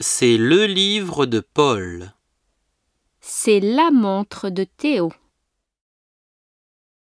C'est le livre de Paul. C'est la montre de Théo.